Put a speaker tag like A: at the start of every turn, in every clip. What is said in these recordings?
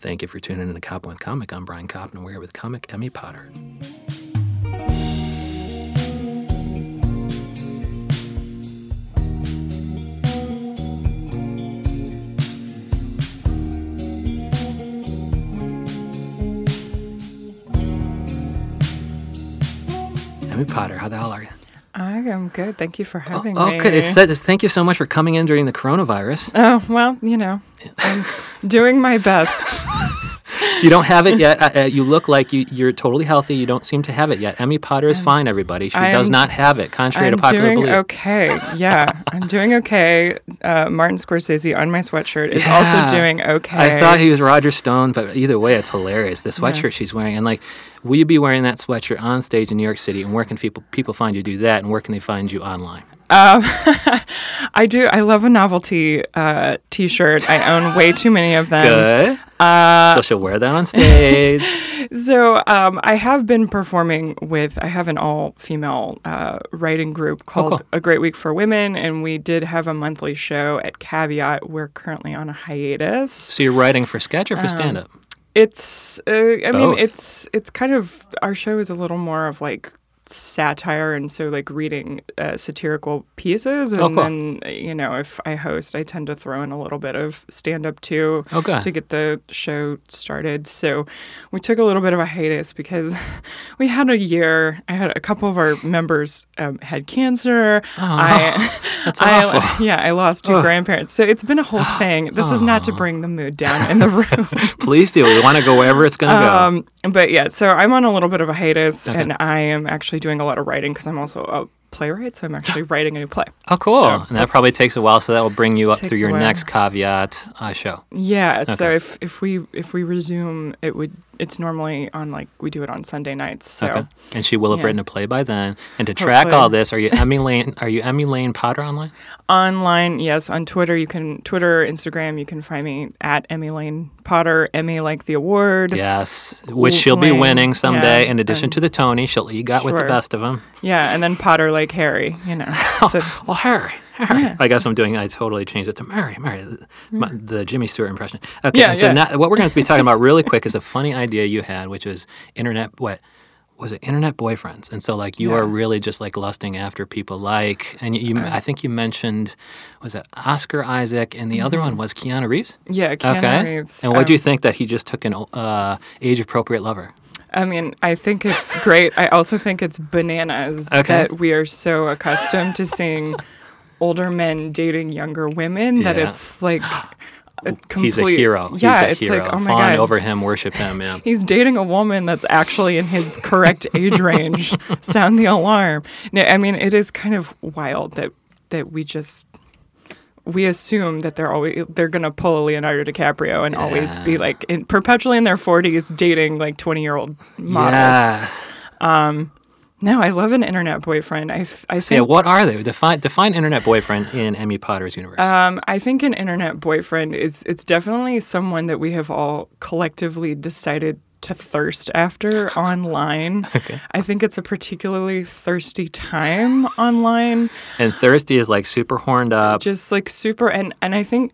A: Thank you for tuning in to Cop with Comic. I'm Brian Cop, and we're here with comic Emmy Potter. Emmy Potter, how the hell are you?
B: I am good. Thank you for having
A: oh,
B: me.
A: good. It's that, thank you so much for coming in during the coronavirus.
B: oh, well, you know, I'm doing my best.
A: You don't have it yet. Uh, uh, you look like you, you're totally healthy. You don't seem to have it yet. Emmy Potter is fine, everybody. She does
B: I'm-
A: not have it, contrary
B: I'm
A: to popular
B: doing
A: belief.
B: okay. Yeah, I'm doing okay. Uh, Martin Scorsese on my sweatshirt is
A: Yeah.
B: also doing okay.
A: I thought he was Roger Stone, but either way, it's hilarious. The sweatshirt she's wearing, and like, will you be wearing that sweatshirt on stage in New York City? And where can people people find you do that? And where can they find you online?
B: Um, I do. I love a novelty uh, T-shirt. I own way too many of them.
A: Good. Uh, so she'll wear that on stage.
B: So um, I have been performing with I have an all female uh, writing group called
A: cool.
B: A Great Week for Women, and we did have a monthly show at Caveat. We're currently on a hiatus.
A: so you're writing for sketch
B: Um,
A: or for stand up?
B: It's uh, I
A: Both.
B: mean it's it's kind of our show is a little more of like satire and so like reading uh, satirical pieces and
A: Oh, cool.
B: then you know if i host i tend to throw in a little bit of stand up too
A: Oh, good.
B: to get the show started. So we took a little bit of a hiatus because we had a year. I had a couple of our members um, had cancer. I,
A: Oh, that's
B: I,
A: awful.
B: Yeah, I lost two grandparents. So it's been a whole thing. This is not to bring the mood down in the room.
A: Please do. We want to go wherever it's going to go.
B: um, but yeah, so I'm on a little bit of a hiatus, and I am actually doing a lot of writing because I'm also a playwright. So I'm actually writing a new play.
A: Oh, cool.
B: so
A: and that probably takes a while, so that will bring you up
B: takes
A: through
B: a
A: your
B: while.
A: next caveat uh, show.
B: Yeah, so if if we if we resume, it would it's normally on like we do it on Sunday nights. So
A: Okay. And she will have
B: yeah.
A: written a play by then. And to track
B: Hopefully.
A: all this, are you Emmy Lane? Are you Emmy Lane Potter online?
B: online, yes, on Twitter you can Twitter, Instagram you can find me at Emmy Lane Potter, Emmy like the award.
A: Yes, which she'll be
B: Lane,
A: winning someday.
B: yeah,
A: in addition
B: and-
A: to the Tony, she'll eat got with the
B: Sure.
A: best of them.
B: Yeah, and then Potter like Harry, you know. So,
A: Well, Harry, Harry. I guess I'm doing. I totally changed it to Mary, Mary, the, my, the Jimmy Stewart impression. Okay,
B: Mm. Yeah,
A: and so
B: yeah.
A: now what we're going to be talking about really quick is a funny idea you had, which is internet. What was it? Internet boyfriends. And so, like, you are really just like lusting after people like, and you. you I think you mentioned was it Oscar Isaac, and the other one was Keanu Reeves.
B: yeah, Mm-hmm. Keanu Reeves.
A: And what
B: um,
A: do you think that he just took an uh, age appropriate lover?
B: I mean, I think it's great. I also think it's bananas
A: Okay.
B: that we are so accustomed to seeing older men dating younger women that
A: Yeah.
B: it's like a complete,
A: He's a hero.
B: Yeah,
A: He's a
B: it's
A: hero.
B: like oh my
A: Fawn
B: god,
A: over him, worship him. Yeah.
B: He's dating a woman that's actually in his correct age range. Sound the alarm. No, I mean it is kind of wild that that we just we assume that they're always they're gonna pull a Leonardo DiCaprio and always be
A: Yeah.
B: like in, perpetually in their forties dating like twenty year old models.
A: Yeah.
B: No, I love an internet boyfriend. I, f- I
A: Yeah,
B: think
A: what are they? Define define internet boyfriend in Emmy Potter's universe.
B: um, I think an internet boyfriend is it's definitely someone that we have all collectively decided to thirst after online. I think it's a particularly thirsty time online.
A: and Thirsty is like super horned up.
B: Just like super and and I think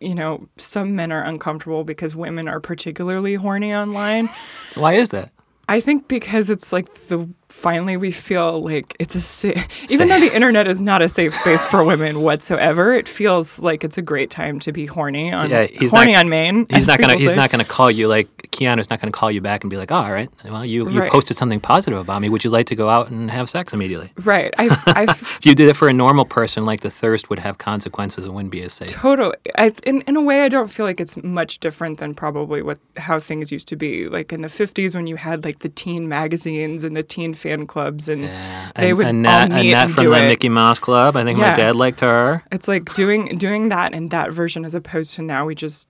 B: you know, some men are uncomfortable because women are particularly horny online.
A: Why is that?
B: I think because it's like the finally we feel like it's a sa- even though the internet is not a safe space for women whatsoever, it feels like it's a great time to be horny on
A: Yeah, he's
B: horny
A: not-
B: on Maine.
A: He's
B: as
A: not gonna
B: people
A: he's
B: say.
A: not gonna call you like Keanu's not gonna call you back and be like, oh, all right, well you, you
B: Right.
A: posted something positive about me. Would you like to go out and have sex immediately?
B: right. I I
A: If you did it for a normal person, like the thirst would have consequences and wouldn't be as safe.
B: totally I, in in a way I don't feel like it's much different than probably what how things used to be like in the 50s when you had like the teen magazines and the teen fan clubs and
A: Yeah.
B: they
A: An-
B: would
A: Annette,
B: all meet
A: Annette
B: and
A: from
B: do
A: the
B: it.
A: Mickey Mouse Club. I think my
B: Yeah.
A: dad liked her.
B: It's like doing doing that and that version as opposed to now we just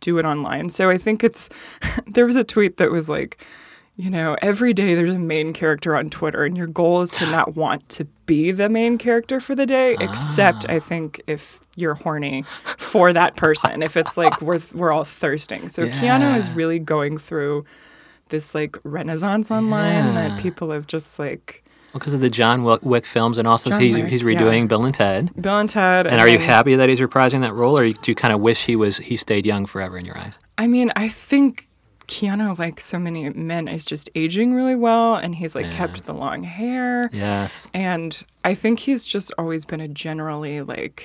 B: do it online. So I think it's there was a tweet that was like, you know, every day there's a main character on Twitter and your goal is to not want to be the main character for the day
A: Ah.
B: except I think if you're horny for that person. If it's like we're we're all thirsting. So Keanu is
A: Yeah.
B: really going through this like renaissance online
A: Yeah.
B: that people have just like
A: Because of the John Wick- Wick films, and also
B: John
A: he's,
B: Wick,
A: he's
B: yeah.
A: redoing Bill and Ted.
B: Bill and Ted
A: And are you
B: then-
A: happy that he's reprising that role, or do you kind of wish he was he stayed young forever in your eyes?
B: I mean, I think Keanu, like so many men, is just aging really well, and he's like
A: Yeah.
B: kept the long hair.
A: Yes.
B: And I think he's just always been a generally like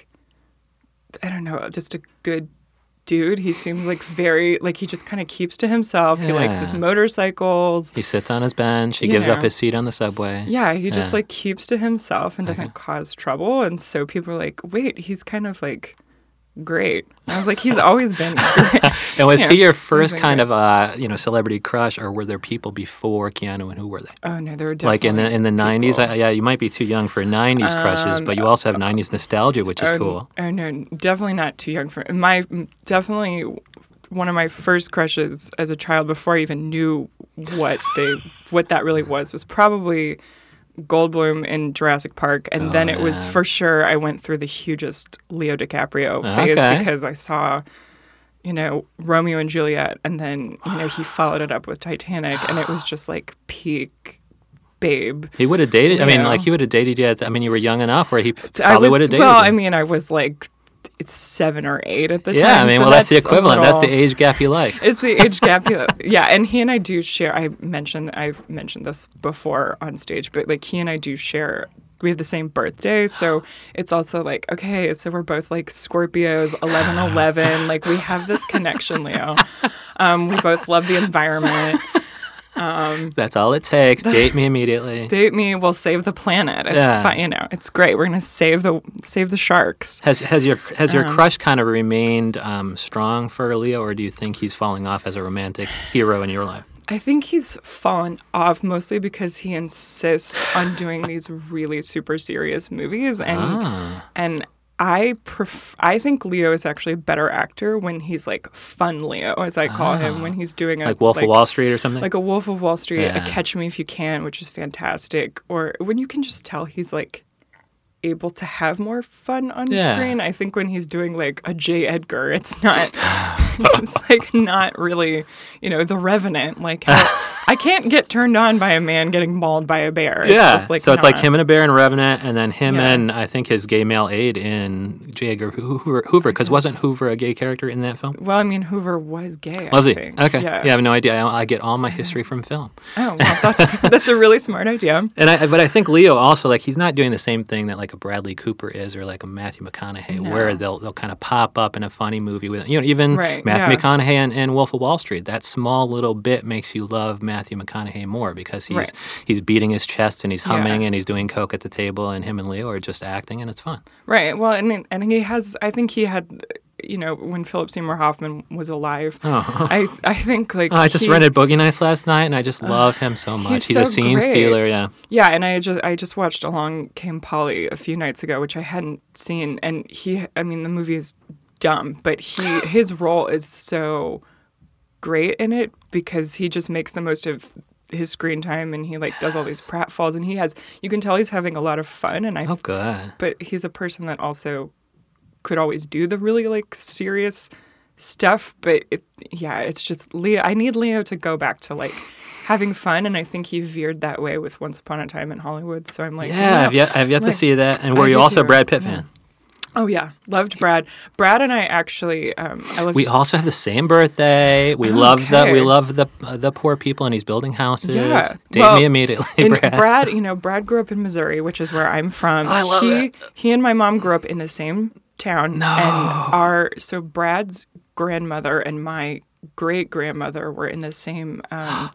B: I don't know, just a good dude. He seems like very like he just kind of keeps to himself. He likes his
A: Yeah.
B: motorcycles.
A: He sits on his bench. He
B: You
A: gives
B: know.
A: up his seat on the subway.
B: Yeah, he just
A: Yeah. Uh-huh.
B: like keeps to himself and doesn't cause trouble. And so people are like, wait, he's kind of like great. And I was like, he's always been great.
A: And was
B: Yeah.
A: he your first
B: Amazing,
A: kind of uh, you know celebrity crush, or were there people before Keanu, and who were they?
B: Oh no, there were definitely
A: Like in the in the nineties,
B: people. Um,
A: yeah, you might be too young for nineties crushes, but you also have nineties nostalgia, which is
B: oh,
A: cool.
B: Oh no, definitely not too young for my definitely one of my first crushes as a child before I even knew what they what that really was was probably Goldblum in Jurassic Park, and then it was
A: Oh, yeah. Oh,
B: for sure I went through the hugest Leo DiCaprio phase
A: Okay.
B: because I saw. You know Romeo and Juliet, and then you know he followed it up with Titanic, and it was just like peak babe.
A: He would have dated. I mean,
B: Yeah.
A: like he would have dated you. At the, I mean, you were young enough where he p-
B: I
A: probably
B: was-
A: would have dated.
B: Well,
A: you.
B: I mean, I was like, it's seven or eight at the time.
A: yeah, I mean,
B: so
A: well, that's, the
B: a
A: equivalent. That's the
B: little-
A: age gap he likes.
B: It's the age gap. yeah. Yeah, and he and I do share. I mentioned I've mentioned this before on stage, but like he and I do share. We have the same birthday, so it's also like okay, so we're both like Scorpios, eleven eleven. Like we have this connection, Leo. Um, we both love the environment.
A: That's all it takes. Date me immediately.
B: Date me, we'll save the planet. It's
A: Yeah.
B: fine, you know. It's great. We're gonna save the save the sharks.
A: Has has your has
B: Um,
A: your crush kind of remained um, strong for Leo, or do you think he's falling off as a romantic hero in your life?
B: I think he's fallen off mostly because he insists on doing these really super serious movies and Hmm.
A: Ah,
B: and I pref- I think Leo is actually a better actor when he's like fun Leo as I call him when he's doing a
A: Ah. like Wolf of Wall Street or something.
B: like a Wolf of Wall Street,
A: Yeah.
B: a Catch Me If You Can, which is fantastic, or when you can just tell he's like able to have more fun on
A: Yeah.
B: screen. I think when he's doing like a J. Edgar, it's not, it's like not really, you know, The Revenant. Like, how, I can't get turned on by a man getting mauled by a bear. It's
A: yeah,
B: just, like,
A: so it's like
B: not-
A: him and a bear in Revenant, and then him
B: Yeah.
A: and I think his gay male aide in J. Edgar Hoover. Hoover, because wasn't Hoover a gay character in that film?
B: Well, I mean, Hoover was gay.
A: Was
B: I
A: he?
B: think.
A: Okay. Yeah.
B: Yeah. Mm-hmm.
A: I have no idea. I, I get all my history from film.
B: Oh, well, that's, that's a really smart idea.
A: And I, but I think Leo also like he's not doing the same thing that like a Bradley Cooper is or like a Matthew McConaughey, where
B: No.
A: they'll they'll kind of pop up in a funny movie with you know even
B: Right,
A: Matthew
B: yeah.
A: McConaughey and, and Wolf of Wall Street. That small little bit makes you love Matthew McConaughey more because he's
B: Right.
A: he's beating his chest and he's
B: Yeah.
A: humming and he's doing coke at the table and him and Leo are just acting and it's fun.
B: Right. Well, and and he has. I think he had. You know, when Philip Seymour Hoffman was alive,
A: Oh.
B: I I think like
A: I just
B: he-
A: rented Boogie Nights last night and I just love him so much. He's,
B: he's
A: a
B: so
A: scene
B: great.
A: stealer. Yeah.
B: Yeah, and I just I just watched Along Came Polly a few nights ago, which I hadn't seen, and he. I mean, the movie is dumb, but he his role is so great in it because he just makes the most of his screen time and he like does all these pratfalls and he has you can tell he's having a lot of fun and I
A: Oh, good.
B: but he's a person that also could always do the really like serious stuff but it, yeah it's just leo i need leo to go back to like having fun and i think he veered that way with once upon a time in hollywood so i'm like
A: Yeah,
B: no.
A: I've yet I've yet to
B: Like,
A: see that. And
B: I
A: were you
B: do
A: also a
B: too.
A: Brad Pitt
B: Yeah.
A: fan?
B: oh yeah loved brad brad and i actually um i love
A: We also have the same birthday. We love the we
B: Okay.
A: love the uh, the poor people, and he's building houses.
B: Yeah.
A: Date
B: Well,
A: me immediately,
B: and
A: Brad. Oh,
B: Brad, you know, Brad grew up in Missouri, which is where I'm from.
A: I love
B: he,
A: it.
B: He and my mom grew up in the same town. No. And our so Brad's grandmother and my great grandmother were in the same um,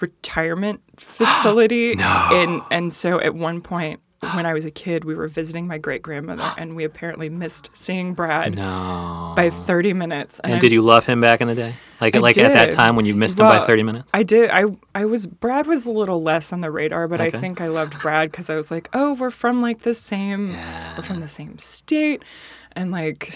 B: retirement facility. no. And and so at one point when I was a kid, we were visiting my great grandmother, and we apparently missed seeing Brad
A: No.
B: by 30 minutes.
A: and
B: I'm
A: did you love him back in the day? Like
B: I
A: like at that
B: did.
A: time when you missed him by
B: Well,
A: thirty minutes.
B: I did. I I was Brad was a little less on the radar, but
A: Okay.
B: I think I loved Brad because I was like, oh, we're from like the same,
A: Yeah.
B: we're from the same state, and like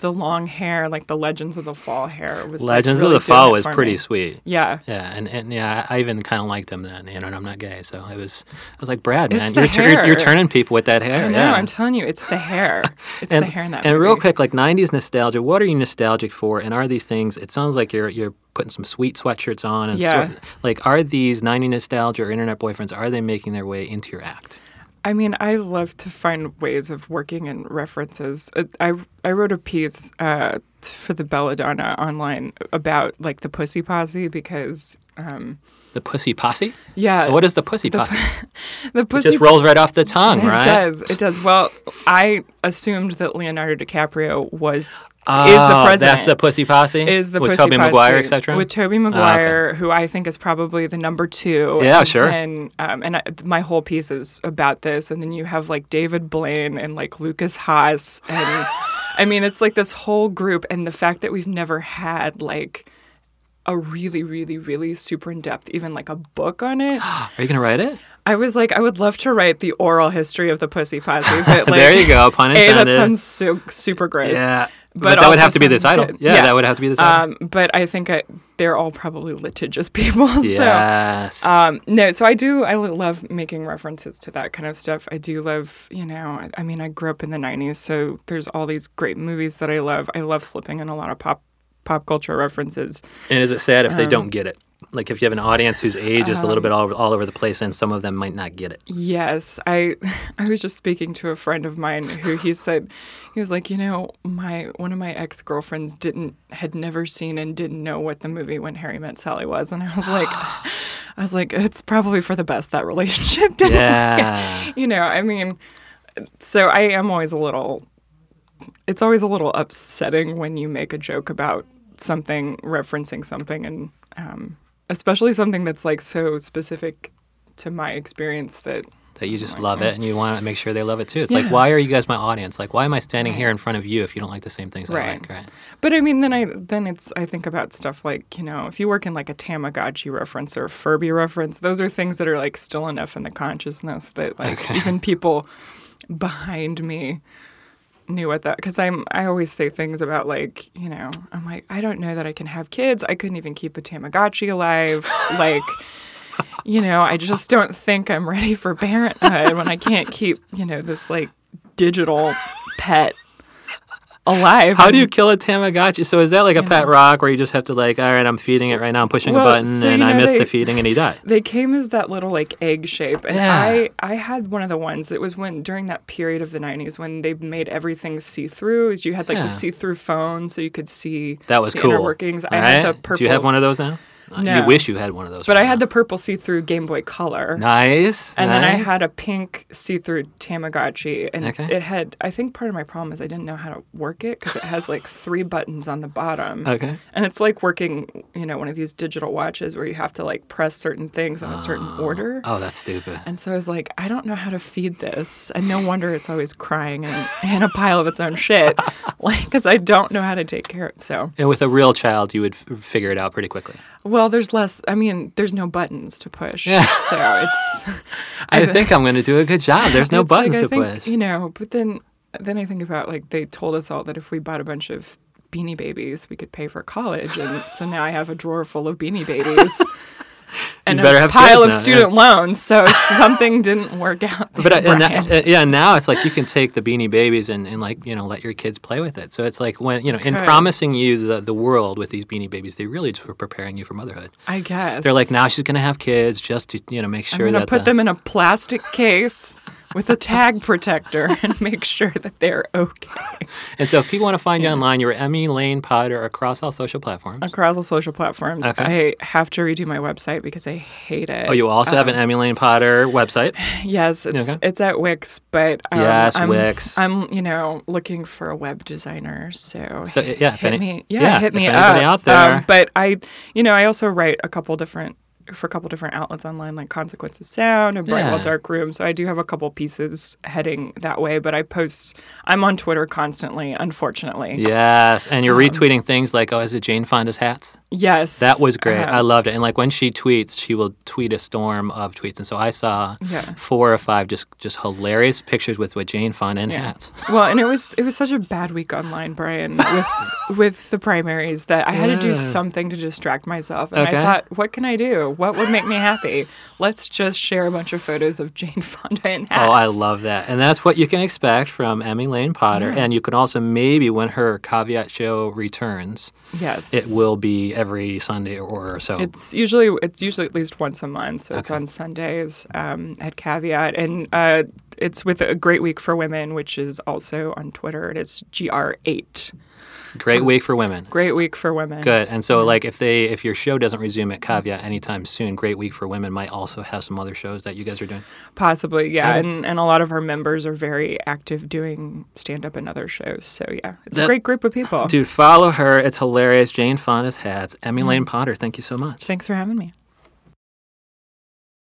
B: the long hair, like the Legends of the Fall hair was. like,
A: Legends
B: really
A: of the Fall
B: doing it
A: was
B: for me.
A: pretty sweet.
B: Yeah.
A: Yeah, and, and yeah, I I even kind of liked him then. You know, and I'm not gay, so I was I was like, Brad,
B: It's
A: man,
B: the
A: you're, tur- you're, you're
B: hair.
A: turning people with that hair.
B: I know.
A: yeah.
B: I'm telling you, it's the hair. It's
A: and,
B: the hair in that.
A: and real
B: movie.
A: quick, like '90s nostalgia. What are you nostalgic for? And are these things? It sounds like you're you're putting some sweet sweatshirts on. And
B: Yeah.
A: sweat- like, are these '90s nostalgia or internet boyfriends? Are they making their way into your act?
B: I mean, I love to find ways of working in references. Uh, I I wrote a piece uh, for the belladonna online about like the pussy posse because um
A: The pussy posse?
B: yeah
A: What is the pussy
B: the,
A: posse?
B: the pussy
A: Just rolls right off the tongue,
B: it
A: right?
B: does it does well i assumed that leonardo dicaprio was
A: Oh,
B: is the president
A: That's the pussy posse.
B: is the
A: with
B: Pussy
A: Toby
B: Posse,
A: Maguire, etc.
B: With Toby Maguire, who I think is probably the number two.
A: Yeah,
B: and
A: sure.
B: then, um, and I, my whole piece is about this, and then you have like David Blaine and like Lucas Haas, and I mean it's like this whole group, and the fact that we've never had like a really, really, really super in depth, even like a book on it.
A: Are you gonna write it?
B: I was like, I would love to write the oral history of the Pussy Posse, but like,
A: there you go. Pun
B: A, that
A: intended.
B: sounds so super gross.
A: yeah,
B: but
A: but, that would
B: also
A: have to be the
B: sounds
A: title.
B: good.
A: Yeah,
B: Yeah.
A: that would have to be the title.
B: Um, but I think I, they're all probably litigious people.
A: yes.
B: So, um, no, so I do, I lo- love making references to that kind of stuff. I do love, you know, I, I mean, I grew up in the 90s, so there's all these great movies that I love. I love slipping in a lot of pop pop culture references.
A: and is it sad if they
B: Um,
A: don't get it? Like if you have an audience whose age is a little bit all, all over the place, and some of them might not get it.
B: Yes, I I was just speaking to a friend of mine who he said he was like, you know, my one of my ex-girlfriends didn't had never seen and didn't know what the movie When Harry Met Sally was and I was like I was like it's probably for the best that relationship didn't
A: Yeah.
B: you know, I mean, so I am always a little, it's always a little upsetting when you make a joke about something, referencing something, and um, especially something that's like so specific to my experience that
A: that you just love it and you want to make sure they love it too. It's
B: Yeah.
A: like, why are you guys my audience? Like, why am I standing here in front of you if you don't like the same things I
B: Right.
A: like? Right.
B: But I mean, then I then it's I think about stuff like you know if you work in like a Tamagotchi reference or a Furby reference, those are things that are like still enough in the consciousness that like
A: Okay.
B: even people behind me knew what that because I'm I always say things about like you know I'm like I don't know that I can have kids. I couldn't even keep a Tamagotchi alive. like. You know, I just don't think I'm ready for parenthood when I can't keep, you know, this like digital pet alive.
A: How
B: and-
A: do you kill a Tamagotchi? So is that like a pet rock where you just have to like, all right, I'm feeding it right now. I'm pushing
B: Well,
A: a button
B: so
A: and
B: you
A: I
B: know
A: missed
B: they-
A: the feeding and he died.
B: They came as that little like egg shape, and
A: Yeah.
B: I I had one of the ones. It was when during that period of the '90s when they made everything see through. Is you had like
A: Yeah.
B: the see through phone, so you could see
A: That was
B: the
A: cool.
B: inner workings. I had the
A: Right?
B: purple.
A: Do you have one of those now? Uh,
B: No.
A: You wish you had one of those.
B: But
A: right
B: I had
A: now.
B: the purple see through Game Boy Color.
A: nice.
B: And then I
A: nice.
B: had a pink see-through Tamagotchi, and
A: Okay.
B: it had. I think part of my problem is I didn't know how to work it because it has like three buttons on the bottom.
A: Okay.
B: And it's like working, you know, one of these digital watches where you have to like press certain things in a certain order.
A: Oh, that's stupid.
B: And so I was like, I don't know how to feed this. And no wonder it's always crying and in a pile of its own shit. Like, because I don't know how to take care of it. So,
A: And with a real child, you would f- figure it out pretty quickly.
B: well, there's less, I mean, there's no buttons to push. So it's,
A: I think I'm going to do a good job. There's no
B: it's like,
A: buttons
B: I
A: to
B: think,
A: push.
B: You know, but then, then I think about like, they told us all that if we bought a bunch of beanie babies, we could pay for college. And so now I have a drawer full of beanie babies. And
A: better
B: a
A: have
B: pile of
A: kids now, yeah.
B: student loans, so something didn't work out.
A: But uh,
B: there,
A: and
B: Brian.
A: that, uh, yeah, now it's like you can take the Beanie Babies and, and like you know let your kids play with it. So it's like when you know in
B: Right.
A: promising you the, the world with these Beanie Babies, they really just were preparing you for motherhood.
B: I guess
A: They're like now she's gonna have kids just to you know make
B: I'm
A: sure
B: gonna
A: that
B: put
A: the-
B: them in a plastic case with a tag protector and make sure that they're okay
A: And so if people want to find you online, you're Emmy Lane Potter across all social platforms.
B: across all social platforms.
A: Okay.
B: I have to redo my website because I hate it.
A: Oh, you also have
B: Uh,
A: an Emmy Lane Potter website.
B: Yes, it's
A: Okay.
B: it's at Wix, but um,
A: Yes,
B: I'm,
A: Wix.
B: I'm you know looking for a web designer, so,
A: So,
B: hit,
A: yeah, if
B: hit
A: any-
B: me, yeah,
A: yeah,
B: hit
A: if
B: me
A: anybody
B: up. Um,
A: out there-
B: but I, you know, I also write a couple different for a couple different outlets online, like Consequence of Sound and Brightwell
A: Yeah.
B: Dark Room. So I do have a couple pieces heading that way, but I post. I'm on Twitter constantly, unfortunately.
A: Yes, and
B: Um,
A: you're retweeting things like, "Oh, is it Jane Fonda's hats?"
B: Yes,
A: That was great.
B: um,
A: I loved it. And like when she tweets, she will tweet a storm of tweets. And so I saw
B: Yeah.
A: four or five just just hilarious pictures with, with Jane Fonda and
B: Yeah.
A: hats.
B: well, and it was it was such a bad week online, Brian, with with the primaries that I had to do
A: Yeah.
B: something to distract myself. And I
A: Okay.
B: thought, what can I do? What would make me happy? Let's just share a bunch of photos of Jane Fonda in hats.
A: Oh, I love that. And that's what you can expect from Emmy Lane Potter. And you can also maybe when her caveat show returns,
B: Yes.
A: it will be every Sunday or so.
B: It's usually it's usually at least once a month, so it's on Sundays um, at Caveat, and uh, it's with a Great Week for Women, which is also on Twitter, and it's GR eight.
A: Great week for women.
B: Great week for women.
A: Good. And so like if they if your show doesn't resume at Caveat anytime soon, Great Week for Women might also have some other shows that you guys are doing.
B: Possibly, yeah.
A: Good.
B: And and a lot of our members are very active doing stand up and other shows. So yeah, it's
A: That-
B: a great group of people.
A: Dude, follow her. It's hilarious. Jane Fonda's hats. Emmy Lane Potter, thank you so much.
B: Thanks for having me.